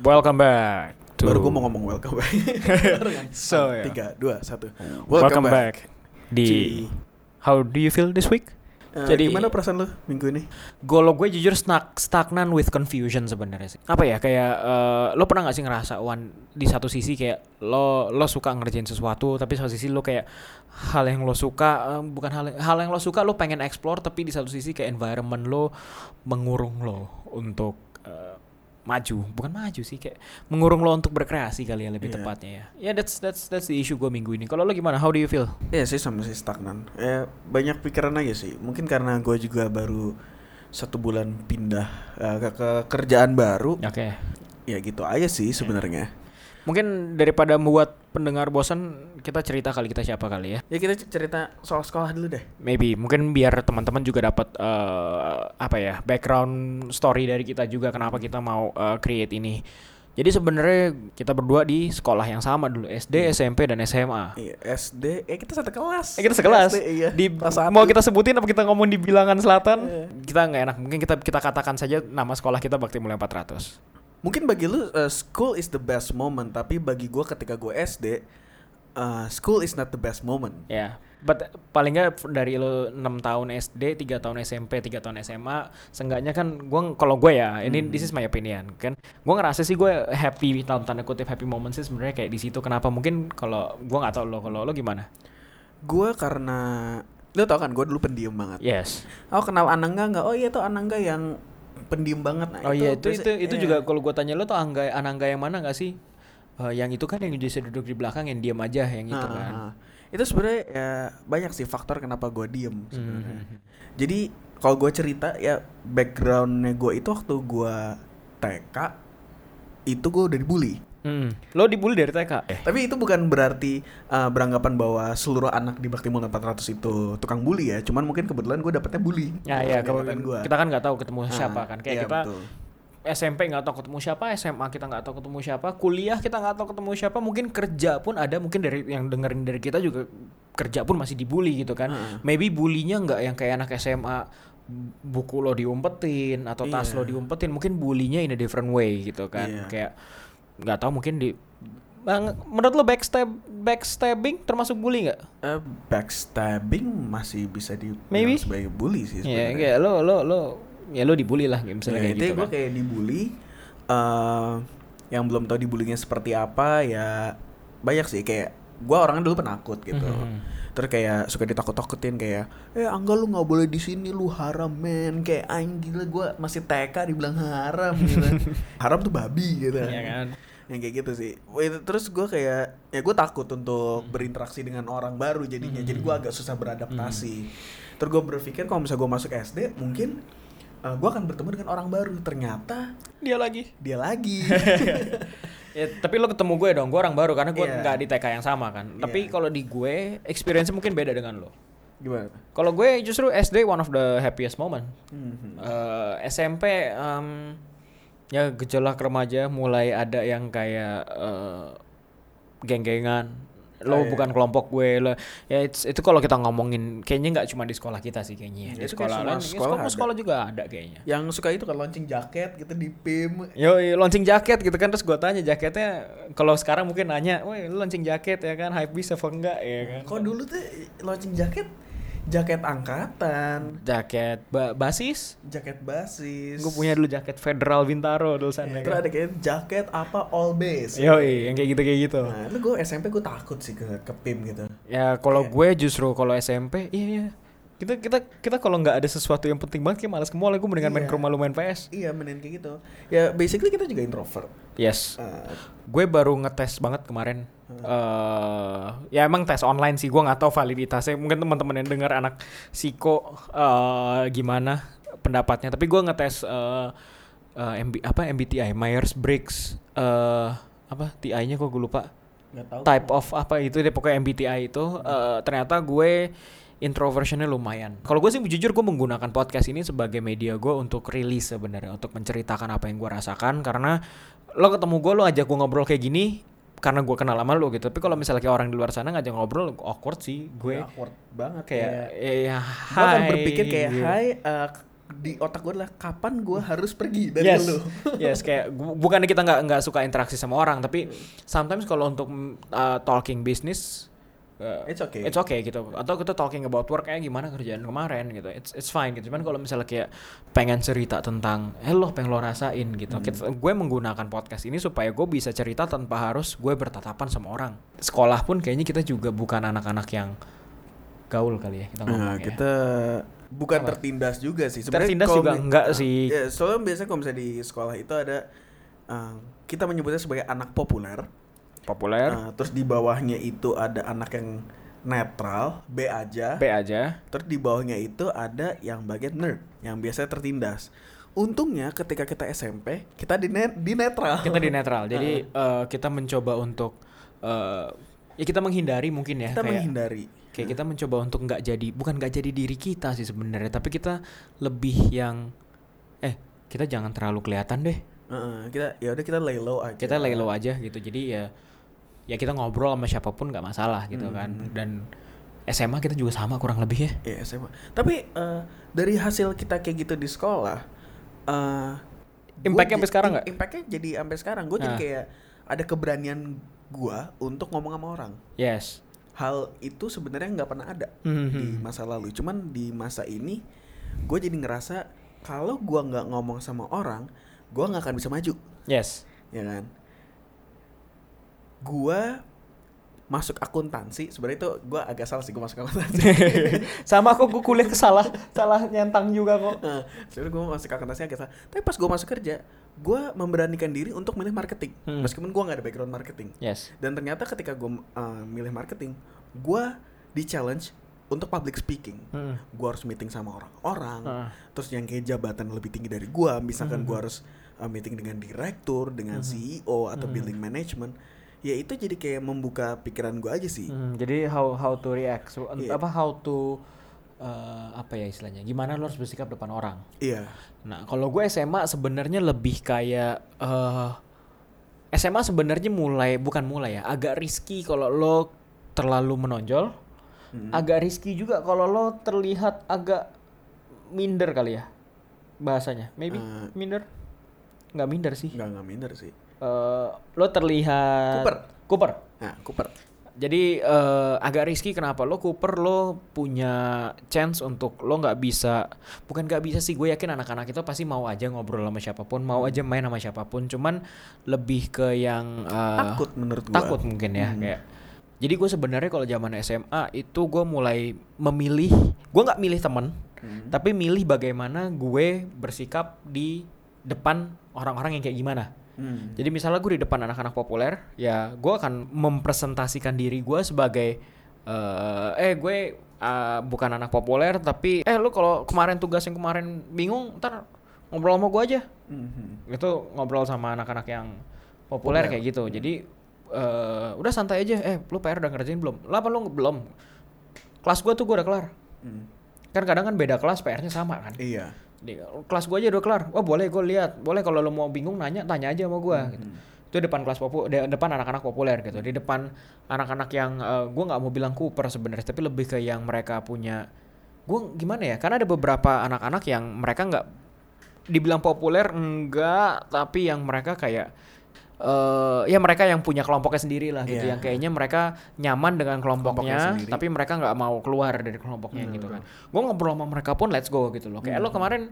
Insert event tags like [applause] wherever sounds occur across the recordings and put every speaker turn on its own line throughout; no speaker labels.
Welcome back. to-
Baru gue mau ngomong welcome [laughs] back. Baru kan?
So, ya.
Tiga, dua, satu.
Welcome, back. Di
Ci.
How do you feel this week?
Eh,
Jadi-
gimana perasaan lu minggu ini?
Golo gue jujur stuck, stagnan with confusion sebenarnya sih. Apa ya kayak eh, lo pernah nggak sih ngerasa Wan di satu sisi kayak lo lo suka ngerjain sesuatu tapi satu sisi lo kayak hal yang lo suka eh, bukan hal hal yang lo suka lo pengen explore tapi di satu sisi kayak environment lo mengurung lo untuk eh, maju bukan maju sih kayak mengurung lo untuk berkreasi kali ya lebih
Iya.
tepatnya ya. Ya that's that's that's the issue gue minggu ini. Kalau lo gimana? How do you feel?
Iya sih sama sih stagnan. Eh banyak pikiran aja sih. Mungkin karena gue juga baru satu bulan pindah eh, ke, ke kerjaan baru.
Oke.
Ya gitu aja sih sebenarnya.
Mungkin daripada membuat pendengar bosan, kita cerita kali kita siapa kali ya.
Ya kita cerita soal sekolah dulu deh.
Maybe mungkin biar teman-teman juga dapat eh, apa ya background story dari kita juga kenapa kita mau eh, create ini. Jadi sebenarnya kita berdua di sekolah yang sama dulu SD, SMP dan SMA.
Hmm. Iya SD. Eh kita satu kelas.
Eh, kita sekelas.
SD, iya.
Di
Kelas
mau
satu.
kita sebutin apa kita ngomong di bilangan selatan?
Iya.
Kita nggak enak. Mungkin kita kita katakan saja nama sekolah kita Bakti Mulia 400.
Mungkin bagi lu eh, school is the best moment, tapi bagi gue ketika gue SD, eh, school is not the best moment.
Ya, but paling nggak dari lo 6 tahun SD, 3 tahun SMP, 3 tahun SMA, seenggaknya kan gua kalau gue ya, ini this is my opinion kan. Gua ngerasa sih gue happy dalam tanda kutip happy moment sih sebenarnya kayak di situ kenapa mungkin kalau gua nggak tahu lo kalau lo gimana?
Gue karena lu tau kan gue dulu pendiam banget.
Yes.
Oh kenal Anangga nggak? Oh iya tuh Anangga yang pendiam banget. Nah,
Oh iya itu itu
biasa-
itu
iya.
juga kalau gua tanya lo tuh angga anangga yang mana nggak sih? Eh, yang itu kan yang bisa duduk di belakang yang diam aja yang itu
Ah,
kan.
ah. Itu sebenarnya ya, banyak sih faktor kenapa gue diem
Hmm,
sebenarnya. Jadi kalau gue cerita ya backgroundnya gue itu waktu gue TK itu gue udah dibully.
Hmm. Lo dibully dari TK? Eh.
Tapi itu bukan berarti uh, beranggapan bahwa seluruh anak di Bakti Mulia 400 itu tukang bully ya. Cuman mungkin kebetulan gue dapetnya bully.
Ya ya kalau
Angkatan gua.
kita kan nggak tahu ketemu
Ah,
siapa kan kayak
iya,
kita
betul.
SMP nggak tahu ketemu siapa, SMA kita nggak tahu ketemu siapa, kuliah kita nggak tahu ketemu siapa, mungkin kerja pun ada, mungkin dari yang dengerin dari kita juga kerja pun masih dibully gitu kan. Maybe bulinya nggak yang kayak anak SMA buku lo diumpetin atau tas
Iya.
lo diumpetin, mungkin bulinya in a different way gitu kan.
Iya.
Kayak nggak tahu mungkin di Bang, menurut lo backstab backstabbing termasuk bully nggak?
Eh, backstabbing masih bisa di
Maybe.
sebagai bully
Ya
sih Iya, sebenarnya.
kayak lo lo lo ya lo dibully lah misalnya
Ya,
kayak
itu
gitu
gue
kan.
kayak dibully. eh yang belum tahu dibulinya seperti apa ya banyak sih kayak gue orangnya dulu penakut gitu.
Mhm.
Terus kayak suka ditakut-takutin kayak eh angga lu nggak boleh di sini lu haram men kayak anjing gila gue masih TK dibilang haram gitu.
[laughs]
haram tuh babi gitu.
Iya kan?
Yang kayak gitu sih. Wah, itu- Terus gue kayak ya gue takut untuk
Hmm.
berinteraksi dengan orang baru jadinya. Jadi gue agak susah beradaptasi.
Hmm.
Terus gue berpikir kalau misalnya gue masuk SD mungkin eh, gue akan bertemu dengan orang baru. Ternyata
Dia lagi.
dia
[laughs]
lagi. [laughs]
Ya, tapi lo ketemu gue dong, gue orang baru karena gue
Iya.
nggak di TK yang sama kan. Tapi
Iya.
kalau di gue, experience mungkin beda dengan lo.
Gimana?
Kalau gue justru SD one of the happiest moment.
Mhm.
Eh, SMP em, ya gejolak remaja mulai ada yang kayak eh, geng-gengan. Lo
Oh, iya.
bukan kelompok gue lo. Ya it's- itu kalau kita ngomongin kayaknya nggak cuma di sekolah kita sih kayaknya. ya.
Iya,
Di
itu kayak
sekolah
semua
lain,
sekolah
sekolah,
ada.
sekolah juga ada kayaknya.
Yang suka itu kan launching jaket gitu di PIM.
Yo, launching jaket gitu kan terus gua tanya jaketnya kalau sekarang mungkin nanya, "Woi, lu launching jaket ya kan? Hype bisa apa enggak ya kan?"
Kok dulu tuh launching jaket jaket angkatan,
jaket ba- basis?
jaket basis.
Gua punya dulu jaket Federal Bintaro dulu sana
Terus
kan.
ada kayak jaket apa all base.
Yo, yang kayak gitu kayak gitu.
Nah, itu gue SMP gue takut sih ke ke PIM gitu.
Ya kalau gue justru kalau SMP, iya iya. Kita kita kita kalau nggak ada sesuatu yang penting banget kayak malas ke mall, gue mendingan main
Iya.
ke rumah lu main PS.
Iya, menen kayak gitu. Ya basically kita juga introvert.
Yes.
Eh,
Gue baru ngetes banget kemarin. eh ya emang tes online sih, gue nggak tahu validitasnya. Mungkin teman-teman yang dengar anak psiko eh, gimana pendapatnya. Tapi gue ngetes eh eh, MB- apa MBTI Myers Briggs eh apa TI-nya kok gue lupa.
nggak tahu. kan?
Type of apa itu deh pokoknya MBTI itu eh, ternyata gue introversionnya lumayan. Kalau gue sih jujur gue menggunakan podcast ini sebagai media gue untuk rilis sebenarnya untuk menceritakan apa yang gue rasakan karena lo ketemu gue lo ajak gue ngobrol kayak gini karena gue kenal sama lo gitu. Tapi kalau misalnya kayak orang di luar sana ngajak ngobrol awkward sih gue
awkward banget
kayak
kayak.
eh, ya
Gue akan
hai,
berpikir kayak
gitu.
hai eh, k- di otak gue adalah kapan gue harus pergi dari
yes.
lu [laughs]
yes, kayak bu- bukannya kita nggak nggak suka interaksi sama orang, tapi sometimes kalau untuk mm, uh, talking business uh,
It's okay.
It's okay gitu. Atau kita talking about work kayak gimana kerjaan kemarin gitu. It's it's fine gitu. Cuman kalau misalnya kayak pengen cerita tentang eh lo pengen lo rasain gitu.
Hmm.
Kita- gue menggunakan podcast ini supaya gue bisa cerita tanpa harus gue bertatapan sama orang. Sekolah pun kayaknya kita juga bukan anak-anak yang gaul kali ya kita
Nah,
ngomongnya.
kita bukan
Apa?
tertindas juga sih.
Tertindas
kalau
juga
mi-
enggak
ah,
sih.
Ya, soalnya biasanya kalau misalnya di sekolah itu ada eh, kita menyebutnya sebagai anak populer.
Populer,
Eh, terus di bawahnya itu ada anak yang netral, B aja.
B aja.
Terus di bawahnya itu ada yang bagian nerd, yang biasanya tertindas. Untungnya ketika kita SMP, kita di, net- di netral.
kita [laughs] di netral jadi eh, kita mencoba untuk eh, ya kita ya. menghindari mungkin ya
Kita
kayak
menghindari.
kayak kita mencoba untuk nggak jadi bukan nggak jadi diri kita sih sebenarnya tapi kita lebih yang eh kita jangan terlalu kelihatan deh
Heeh, kita ya udah kita lay low aja.
kita lay low aja gitu jadi ya ya kita ngobrol sama siapapun nggak masalah gitu kan dan SMA kita juga sama kurang lebih ya
Ya SMA. Tapi eh, dari hasil kita kayak gitu di sekolah, eh, gua
Impact-nya
ja-
sampai sekarang
im-
nggak?
Impact-nya jadi sampai sekarang. Gue jadi
Nah.
kayak ada keberanian gua untuk ngomong sama orang.
yes
Hal itu sebenarnya nggak pernah ada
Mhm.
di masa lalu. Cuman di masa ini, gue jadi ngerasa kalau gua nggak ngomong sama orang, gua nggak akan bisa maju,
yes
ya kan? Gua masuk akuntansi sebenarnya itu gua agak salah sih gue masuk
[laughs]
akuntansi
[laughs] sama aku gue kuliah kesalah salah nyentang juga kok
Nah, sebenarnya gue masuk akuntansi agak salah. Tapi pas gue masuk kerja, gue memberanikan diri untuk milih marketing.
Hmm.
Meskipun gue nggak ada background marketing.
yes
Dan ternyata ketika gue milih marketing, gue di challenge untuk public speaking.
Mm.
Gue harus meeting sama orang-orang.
Ah.
Terus yang kayak jabatan lebih tinggi dari gue,
Hmm.
misalkan gue harus uh, meeting dengan direktur, dengan CEO
Hmm.
atau building management. Ya itu jadi kayak membuka pikiran gue aja sih.
Hmm, jadi how how to react, So, ent-
Iya.
apa how to eh, apa ya istilahnya? Gimana lo harus bersikap depan orang?
Iya.
Nah, kalau gue SMA sebenarnya lebih kayak eh SMA sebenarnya mulai bukan mulai ya, agak risky kalau lo terlalu menonjol. Agak risky juga kalau lo terlihat agak minder kali ya bahasanya. Maybe
Eh.
minder. Nggak minder sih.
Nggak nggak minder sih.
Eh, lo terlihat
Cooper.
Cooper.
Nah, Cooper.
Jadi eh, agak risky kenapa lo Cooper lo punya chance untuk lo nggak bisa bukan nggak bisa sih gue yakin anak-anak itu pasti mau aja ngobrol sama siapapun mau aja main sama siapapun cuman lebih ke yang eh,
Takut menurut gue.
takut mungkin ya kayak jadi gue sebenarnya kalau zaman SMA itu gue mulai memilih gue nggak milih temen tapi milih bagaimana gue bersikap di depan orang-orang yang kayak gimana
Hmm.
jadi misalnya gue di depan anak-anak populer, ya gue akan mempresentasikan diri gue sebagai eh, eh gue ah, bukan anak populer tapi eh lu kalau kemarin tugas yang kemarin bingung ntar ngobrol sama gue aja
Mhm.
itu ngobrol sama anak-anak yang populer kayak gitu jadi eh, udah santai aja eh lu PR udah ngerjain belum lah apa lu nge- belum kelas gue tuh gue udah kelar
Hmm.
kan kadang kan beda kelas PR-nya sama kan
Iya.
di kelas gue aja udah kelar wah boleh gue lihat boleh kalau lo mau bingung nanya tanya aja sama gue
Hmm,
gitu itu depan kelas popu de- depan anak-anak populer gitu di depan anak-anak yang eh, gue nggak mau bilang Cooper sebenarnya tapi lebih ke yang mereka punya gue gimana ya karena ada beberapa anak-anak yang mereka nggak dibilang populer enggak tapi yang mereka kayak eh ya mereka yang punya kelompoknya sendiri lah gitu
Iya.
yang kayaknya mereka nyaman dengan
Kelompoknya
kelompoknya,
sendiri.
tapi mereka nggak mau keluar dari kelompoknya
Iya,
gitu kan gue ngobrol sama mereka pun let's go gitu loh
Hmm.
kayak lo kemarin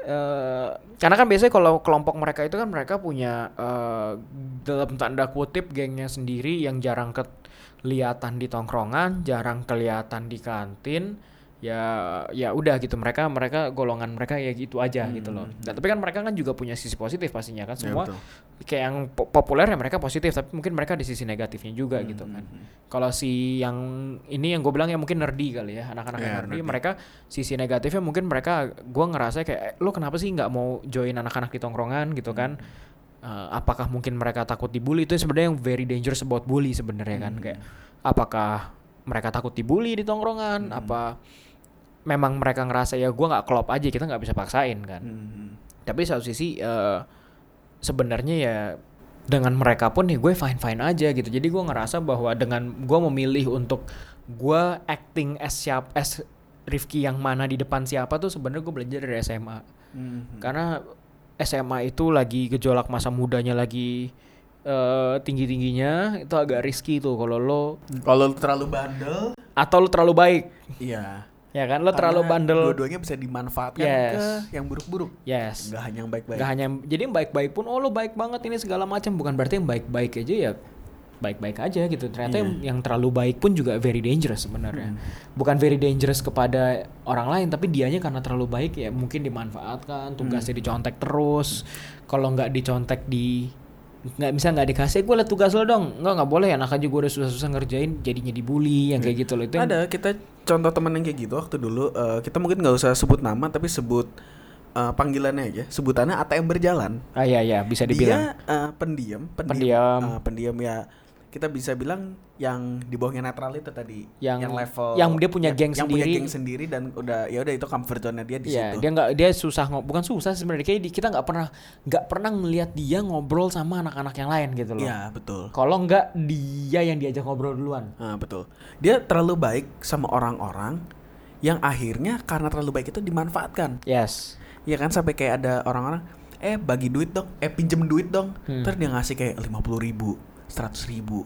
eh karena kan biasanya kalau kelompok mereka itu kan mereka punya eh, dalam tanda kutip gengnya sendiri yang jarang kelihatan di tongkrongan, jarang kelihatan di kantin, ya ya udah gitu mereka mereka golongan mereka ya gitu aja gitu loh. Nah, tapi kan mereka kan juga punya sisi positif pastinya kan
Hmm. Ya,
semua
betul.
kayak yang po- populer ya mereka positif tapi mungkin mereka di sisi negatifnya juga gitu kan. Kalau si yang ini yang gue bilang ya mungkin nerdy kali ya anak-anak yang
Iya,
nerdy,
nerdy.
mereka sisi negatifnya mungkin mereka gue ngerasa kayak "Eh, lo kenapa sih nggak mau join anak-anak di tongkrongan gitu kan? Eh, apakah mungkin mereka takut dibully itu sebenarnya yang very dangerous about bully sebenarnya kan kayak apakah mereka takut dibully di tongkrongan apa memang mereka ngerasa ya gue nggak klop aja kita nggak bisa paksain kan
Mhm.
tapi satu sisi eh, sebenarnya ya dengan mereka pun nih gue fine fine aja gitu jadi gue ngerasa bahwa dengan gue memilih untuk gue acting as siap as Rifki yang mana di depan siapa tuh sebenarnya gue belajar dari SMA
Mhm.
karena SMA itu lagi gejolak masa mudanya lagi tinggi tingginya itu agak risky tuh kalau lo
Kalau lu terlalu bandel,
atau lo terlalu baik
iya.
ya kan lo terlalu
Karena
bandel
Dua-duanya bisa dimanfaatkan ke
Yes.
yang buruk-buruk.
yes
Enggak hanya yang baik-baik.
Gak hanya jadi yang baik-baik pun oh lo baik banget ini segala macam bukan berarti yang baik-baik aja ya baik-baik aja gitu ternyata
Iya.
yang, yang terlalu baik pun juga very dangerous sebenarnya
Hmm.
bukan very dangerous kepada orang lain tapi dianya karena terlalu baik ya mungkin dimanfaatkan tugasnya
Hmm.
dicontek terus kalau nggak dicontek di nggak bisa nggak dikasih gue liat tugas lo dong nggak nggak boleh anak aja gue udah susah-susah ngerjain jadinya dibully yang kayak gitu loh itu yang-
Iya. Ada kita contoh temen yang kayak gitu waktu dulu eh, kita mungkin nggak usah sebut nama tapi sebut eh, panggilannya aja sebutannya ATM berjalan.
ah ya ya bisa dibilang
Dia eh, pendiam, pendiam,
Pendiam.
eh, pendiam ya kita bisa bilang yang di bawahnya netral itu tadi
Yang-
level
yang dia punya geng
yang
sendiri.
punya geng sendiri dan udah ya udah itu comfort zone dia di
Iya,
situ.
dia nggak dia susah ngob bukan susah sih sebenarnya kayak di- kita nggak pernah nggak pernah ngelihat dia ngobrol sama anak-anak yang lain gitu loh.
Iya, betul.
Kalau nggak dia yang diajak ngobrol duluan.
Ah, betul. Dia terlalu baik sama orang-orang yang akhirnya karena terlalu baik itu dimanfaatkan.
Yes.
Ya kan sampai kayak ada orang-orang eh bagi duit dong, eh pinjem duit dong.
Hmm.
Terus dia ngasih kayak 50 ribu, 100 ribu.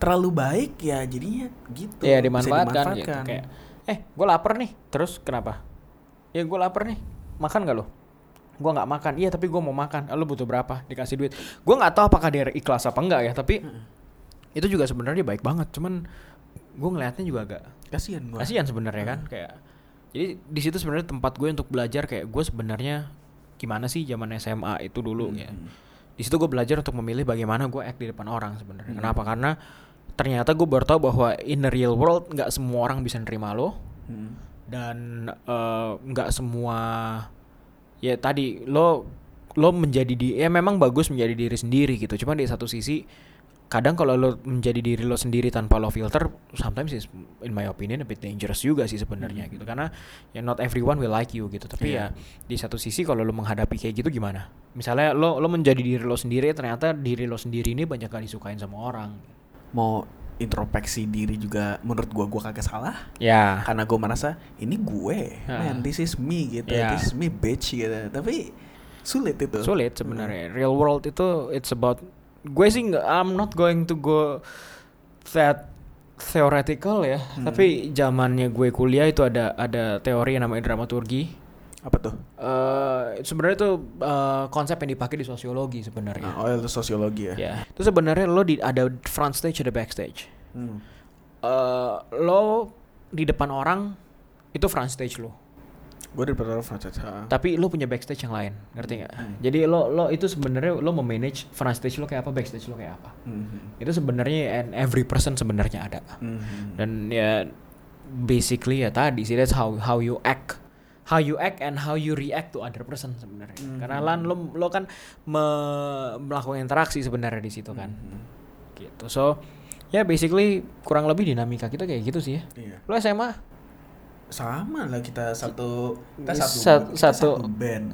Terlalu baik ya jadinya gitu.
Iya
Bisa
dimanfaatkan. gitu.
dimanfaatkan.
Kayak, eh gue lapar nih. Terus kenapa? Ya gue lapar nih. Makan nggak lo? Gue nggak makan. Iya tapi gue mau makan. Eh, Lo butuh berapa? Dikasih duit. Gue nggak tahu apakah dia ikhlas apa enggak ya. Tapi itu juga sebenarnya baik banget. Cuman gue ngelihatnya juga agak
Kasihan gua.
kasihan sebenarnya kan kayak jadi di situ sebenarnya tempat gue untuk belajar kayak gue sebenarnya gimana sih zaman SMA itu
Hmm.
dulu ya di situ gue belajar untuk memilih bagaimana gue act di depan orang sebenarnya
Hmm.
kenapa karena ternyata gue baru tahu bahwa in the real world nggak semua orang bisa nerima lo
Hmm.
dan eh, nggak semua ya tadi lo lo menjadi di ya memang bagus menjadi diri sendiri gitu cuma di satu sisi kadang kalau lo menjadi diri lo sendiri tanpa lo filter sometimes is in my opinion a bit dangerous juga sih sebenarnya gitu karena ya not everyone will like you gitu tapi
Iya.
ya di satu sisi kalau lo menghadapi kayak gitu gimana misalnya lo lo menjadi diri lo sendiri ternyata diri lo sendiri ini banyak kali disukain sama orang
Mau introspeksi diri juga menurut gua gua kagak salah
ya
karena gua merasa ini gue
Ah.
man this is me gitu
Iya.
this is me bitch gitu tapi sulit itu
sulit sebenarnya real world itu it's about gue sih nggak I'm not going to go that theoretical ya tapi zamannya gue kuliah itu ada ada teori yang namanya dramaturgi
apa tuh
eh sebenarnya itu eh, konsep yang dipakai di sosiologi sebenarnya
Nah, oh itu sosiologi ya
ya itu sebenarnya lo di ada front stage ada backstage
Hmm.
Eh lo di depan orang itu front stage lo
Gue dari Petra Francis.
tapi lo punya backstage yang lain ngerti nggak jadi lo lo itu sebenarnya lo memanage front stage lo kayak apa backstage lo kayak apa
Mm-hmm.
itu sebenarnya and every person sebenarnya ada
Hmm. Mm-hmm.
dan ya basically ya tadi sih that's how how you act how you act and how you react to other person sebenarnya karena lan lo lo kan me- melakukan interaksi sebenarnya di situ kan
Mm-hmm.
gitu so ya basically kurang lebih dinamika kita kayak gitu sih ya
Iya.
lo SMA
Sama lah kita satu kita
Ini
satu
Iya, sat-
kita
satu-
satu band.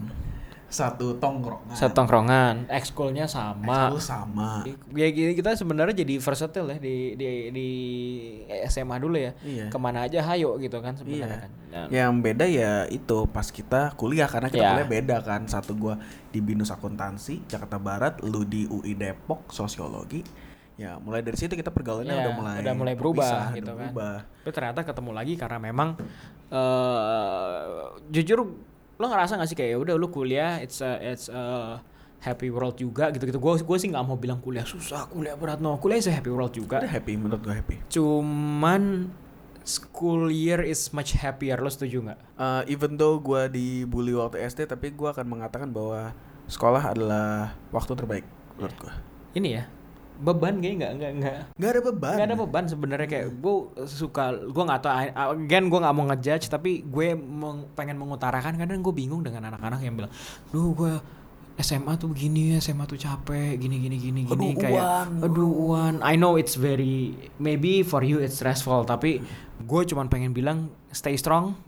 Satu tongkrongan.
satu tongkrongan ekskulnya sama
Selalu sama.
Ya gini, kita sebenarnya jadi versatile ya di di di SMA dulu ya.
Iya.
Kemana aja hayo gitu kan sebenarnya
Iya.
kan. Dan-
Yang beda ya itu pas kita kuliah karena kita
Iya.
kuliah beda kan. Satu gua di Binus Akuntansi Jakarta Barat, lu di UI Depok Sosiologi. Ya, mulai dari situ kita pergaulannya
Iya,
udah mulai
udah mulai berubah
berpisah,
gitu
udah
kan.
berubah.
Tapi ternyata ketemu lagi karena memang eh jujur lo ngerasa gak sih kayak "Ya udah lo kuliah it's a, it's a happy world juga gitu-gitu. Gue gue sih nggak mau bilang kuliah susah, kuliah berat no. Kuliah is a happy world juga.
Udah happy menurut gua happy.
Cuman school year is much happier. Lo setuju nggak?
Uh, even though gue dibully waktu SD, tapi gue akan mengatakan bahwa sekolah adalah waktu terbaik menurut gue.
Ini ya beban kayaknya nggak nggak nggak
Gak ada beban.
Gak ada beban sebenarnya kayak gue suka gue nggak tahu I- again gue nggak mau ngejudge tapi gue meng- pengen mengutarakan kadang gue bingung dengan anak-anak yang bilang, duh gue SMA tuh begini, SMA tuh capek, gini gini gini gini
Aduh,
kayak,
uan.
aduh uan. I know it's very maybe for you it's stressful tapi gue cuman pengen bilang stay strong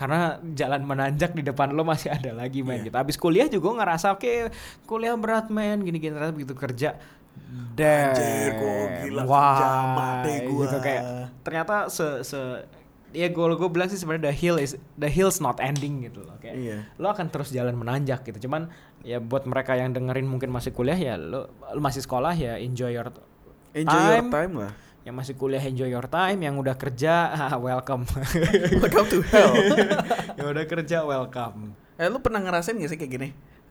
karena jalan menanjak di depan lo masih ada lagi main
Iya.
gitu. Abis kuliah juga gue ngerasa oke kuliah berat main gini-gini ternyata begitu kerja damn
Anjir, gua gila,
wah,
kerja mati gua.
gitu kayak ternyata se se ya gue gue bilang sih sebenarnya the hill is the hill's not ending gitu loh kayak
Iya.
lo akan terus jalan menanjak gitu cuman ya buat mereka yang dengerin mungkin masih kuliah ya lo, lo masih sekolah ya enjoy your
Enjoy your time lah. [laughs]
yang masih kuliah enjoy your time yang udah kerja [laughs] ah, welcome
Welcome to
[laughs]
hell.
yang Ya udah kerja welcome
eh, lu pernah ngerasain gak sih kayak gini?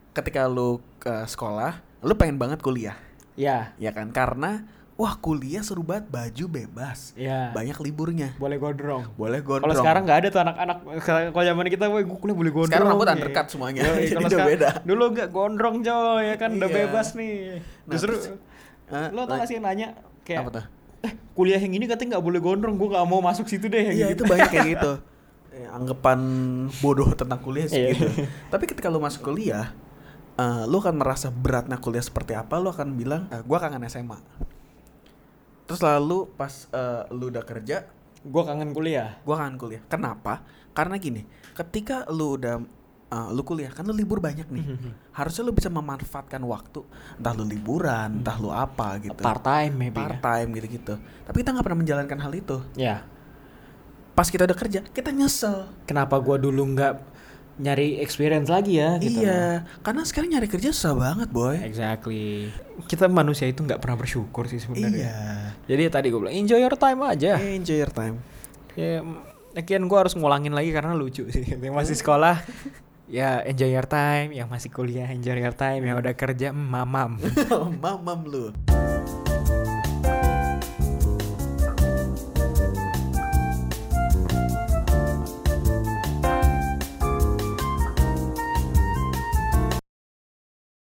Ketika lu ke sekolah, lu pengen banget kuliah,
ya
ya kan? Karena wah kuliah seru banget, baju bebas,
ya
banyak liburnya,
boleh gondrong
boleh gondrong.
kalau sekarang nggak ada tuh anak-anak kalau zaman kita woi gue kuliah boleh gondrong
Sekarang rambut
ya.
undercut [laughs] semuanya,
Yoi,
jadi
kalau
udah
sekarang-
beda.
dulu nggak gondrong coy ya kan udah
Iya.
bebas nih
Nah,
justru
terus, eh,
lo tau
nah,
gak sih yang nanya kayak
apa tuh?
eh kuliah yang ini katanya nggak boleh gondrong gue nggak mau masuk situ deh yang
Iya itu
gitu.
banyak kayak [laughs] gitu. Eh, Anggapan bodoh tentang
Iya.
kuliah sih [laughs] gitu. Tapi ketika lu masuk kuliah, eh, lu akan merasa beratnya kuliah seperti apa. Lu akan bilang, "Eh, gua kangen SMA. Terus lalu pas eh, lu udah kerja,
gue kangen kuliah
gua kangen kuliah. Kenapa? Karena gini, ketika lu udah eh, lu kuliah kan lu libur banyak [laughs] nih. Harusnya lu bisa memanfaatkan waktu, entah lu liburan, entah lu apa gitu.
part time maybe
Part time gitu-gitu. Tapi kita nggak pernah menjalankan hal itu.
ya
Pas kita udah kerja, kita nyesel.
kenapa gue dulu nggak nyari experience lagi ya gitu
Iya, karena sekarang nyari kerja susah banget, boy.
Iya, exactly Eh? kita manusia itu nggak pernah bersyukur sih sebenarnya
Iya.
jadi ya tadi gue bilang enjoy your time aja
Enjoy your time.
ya again gue harus ngulangin lagi karena lucu sih [laughs] yang masih sekolah ya enjoy your time yang masih kuliah enjoy your time yang udah kerja mm, mamam
Mamam lu.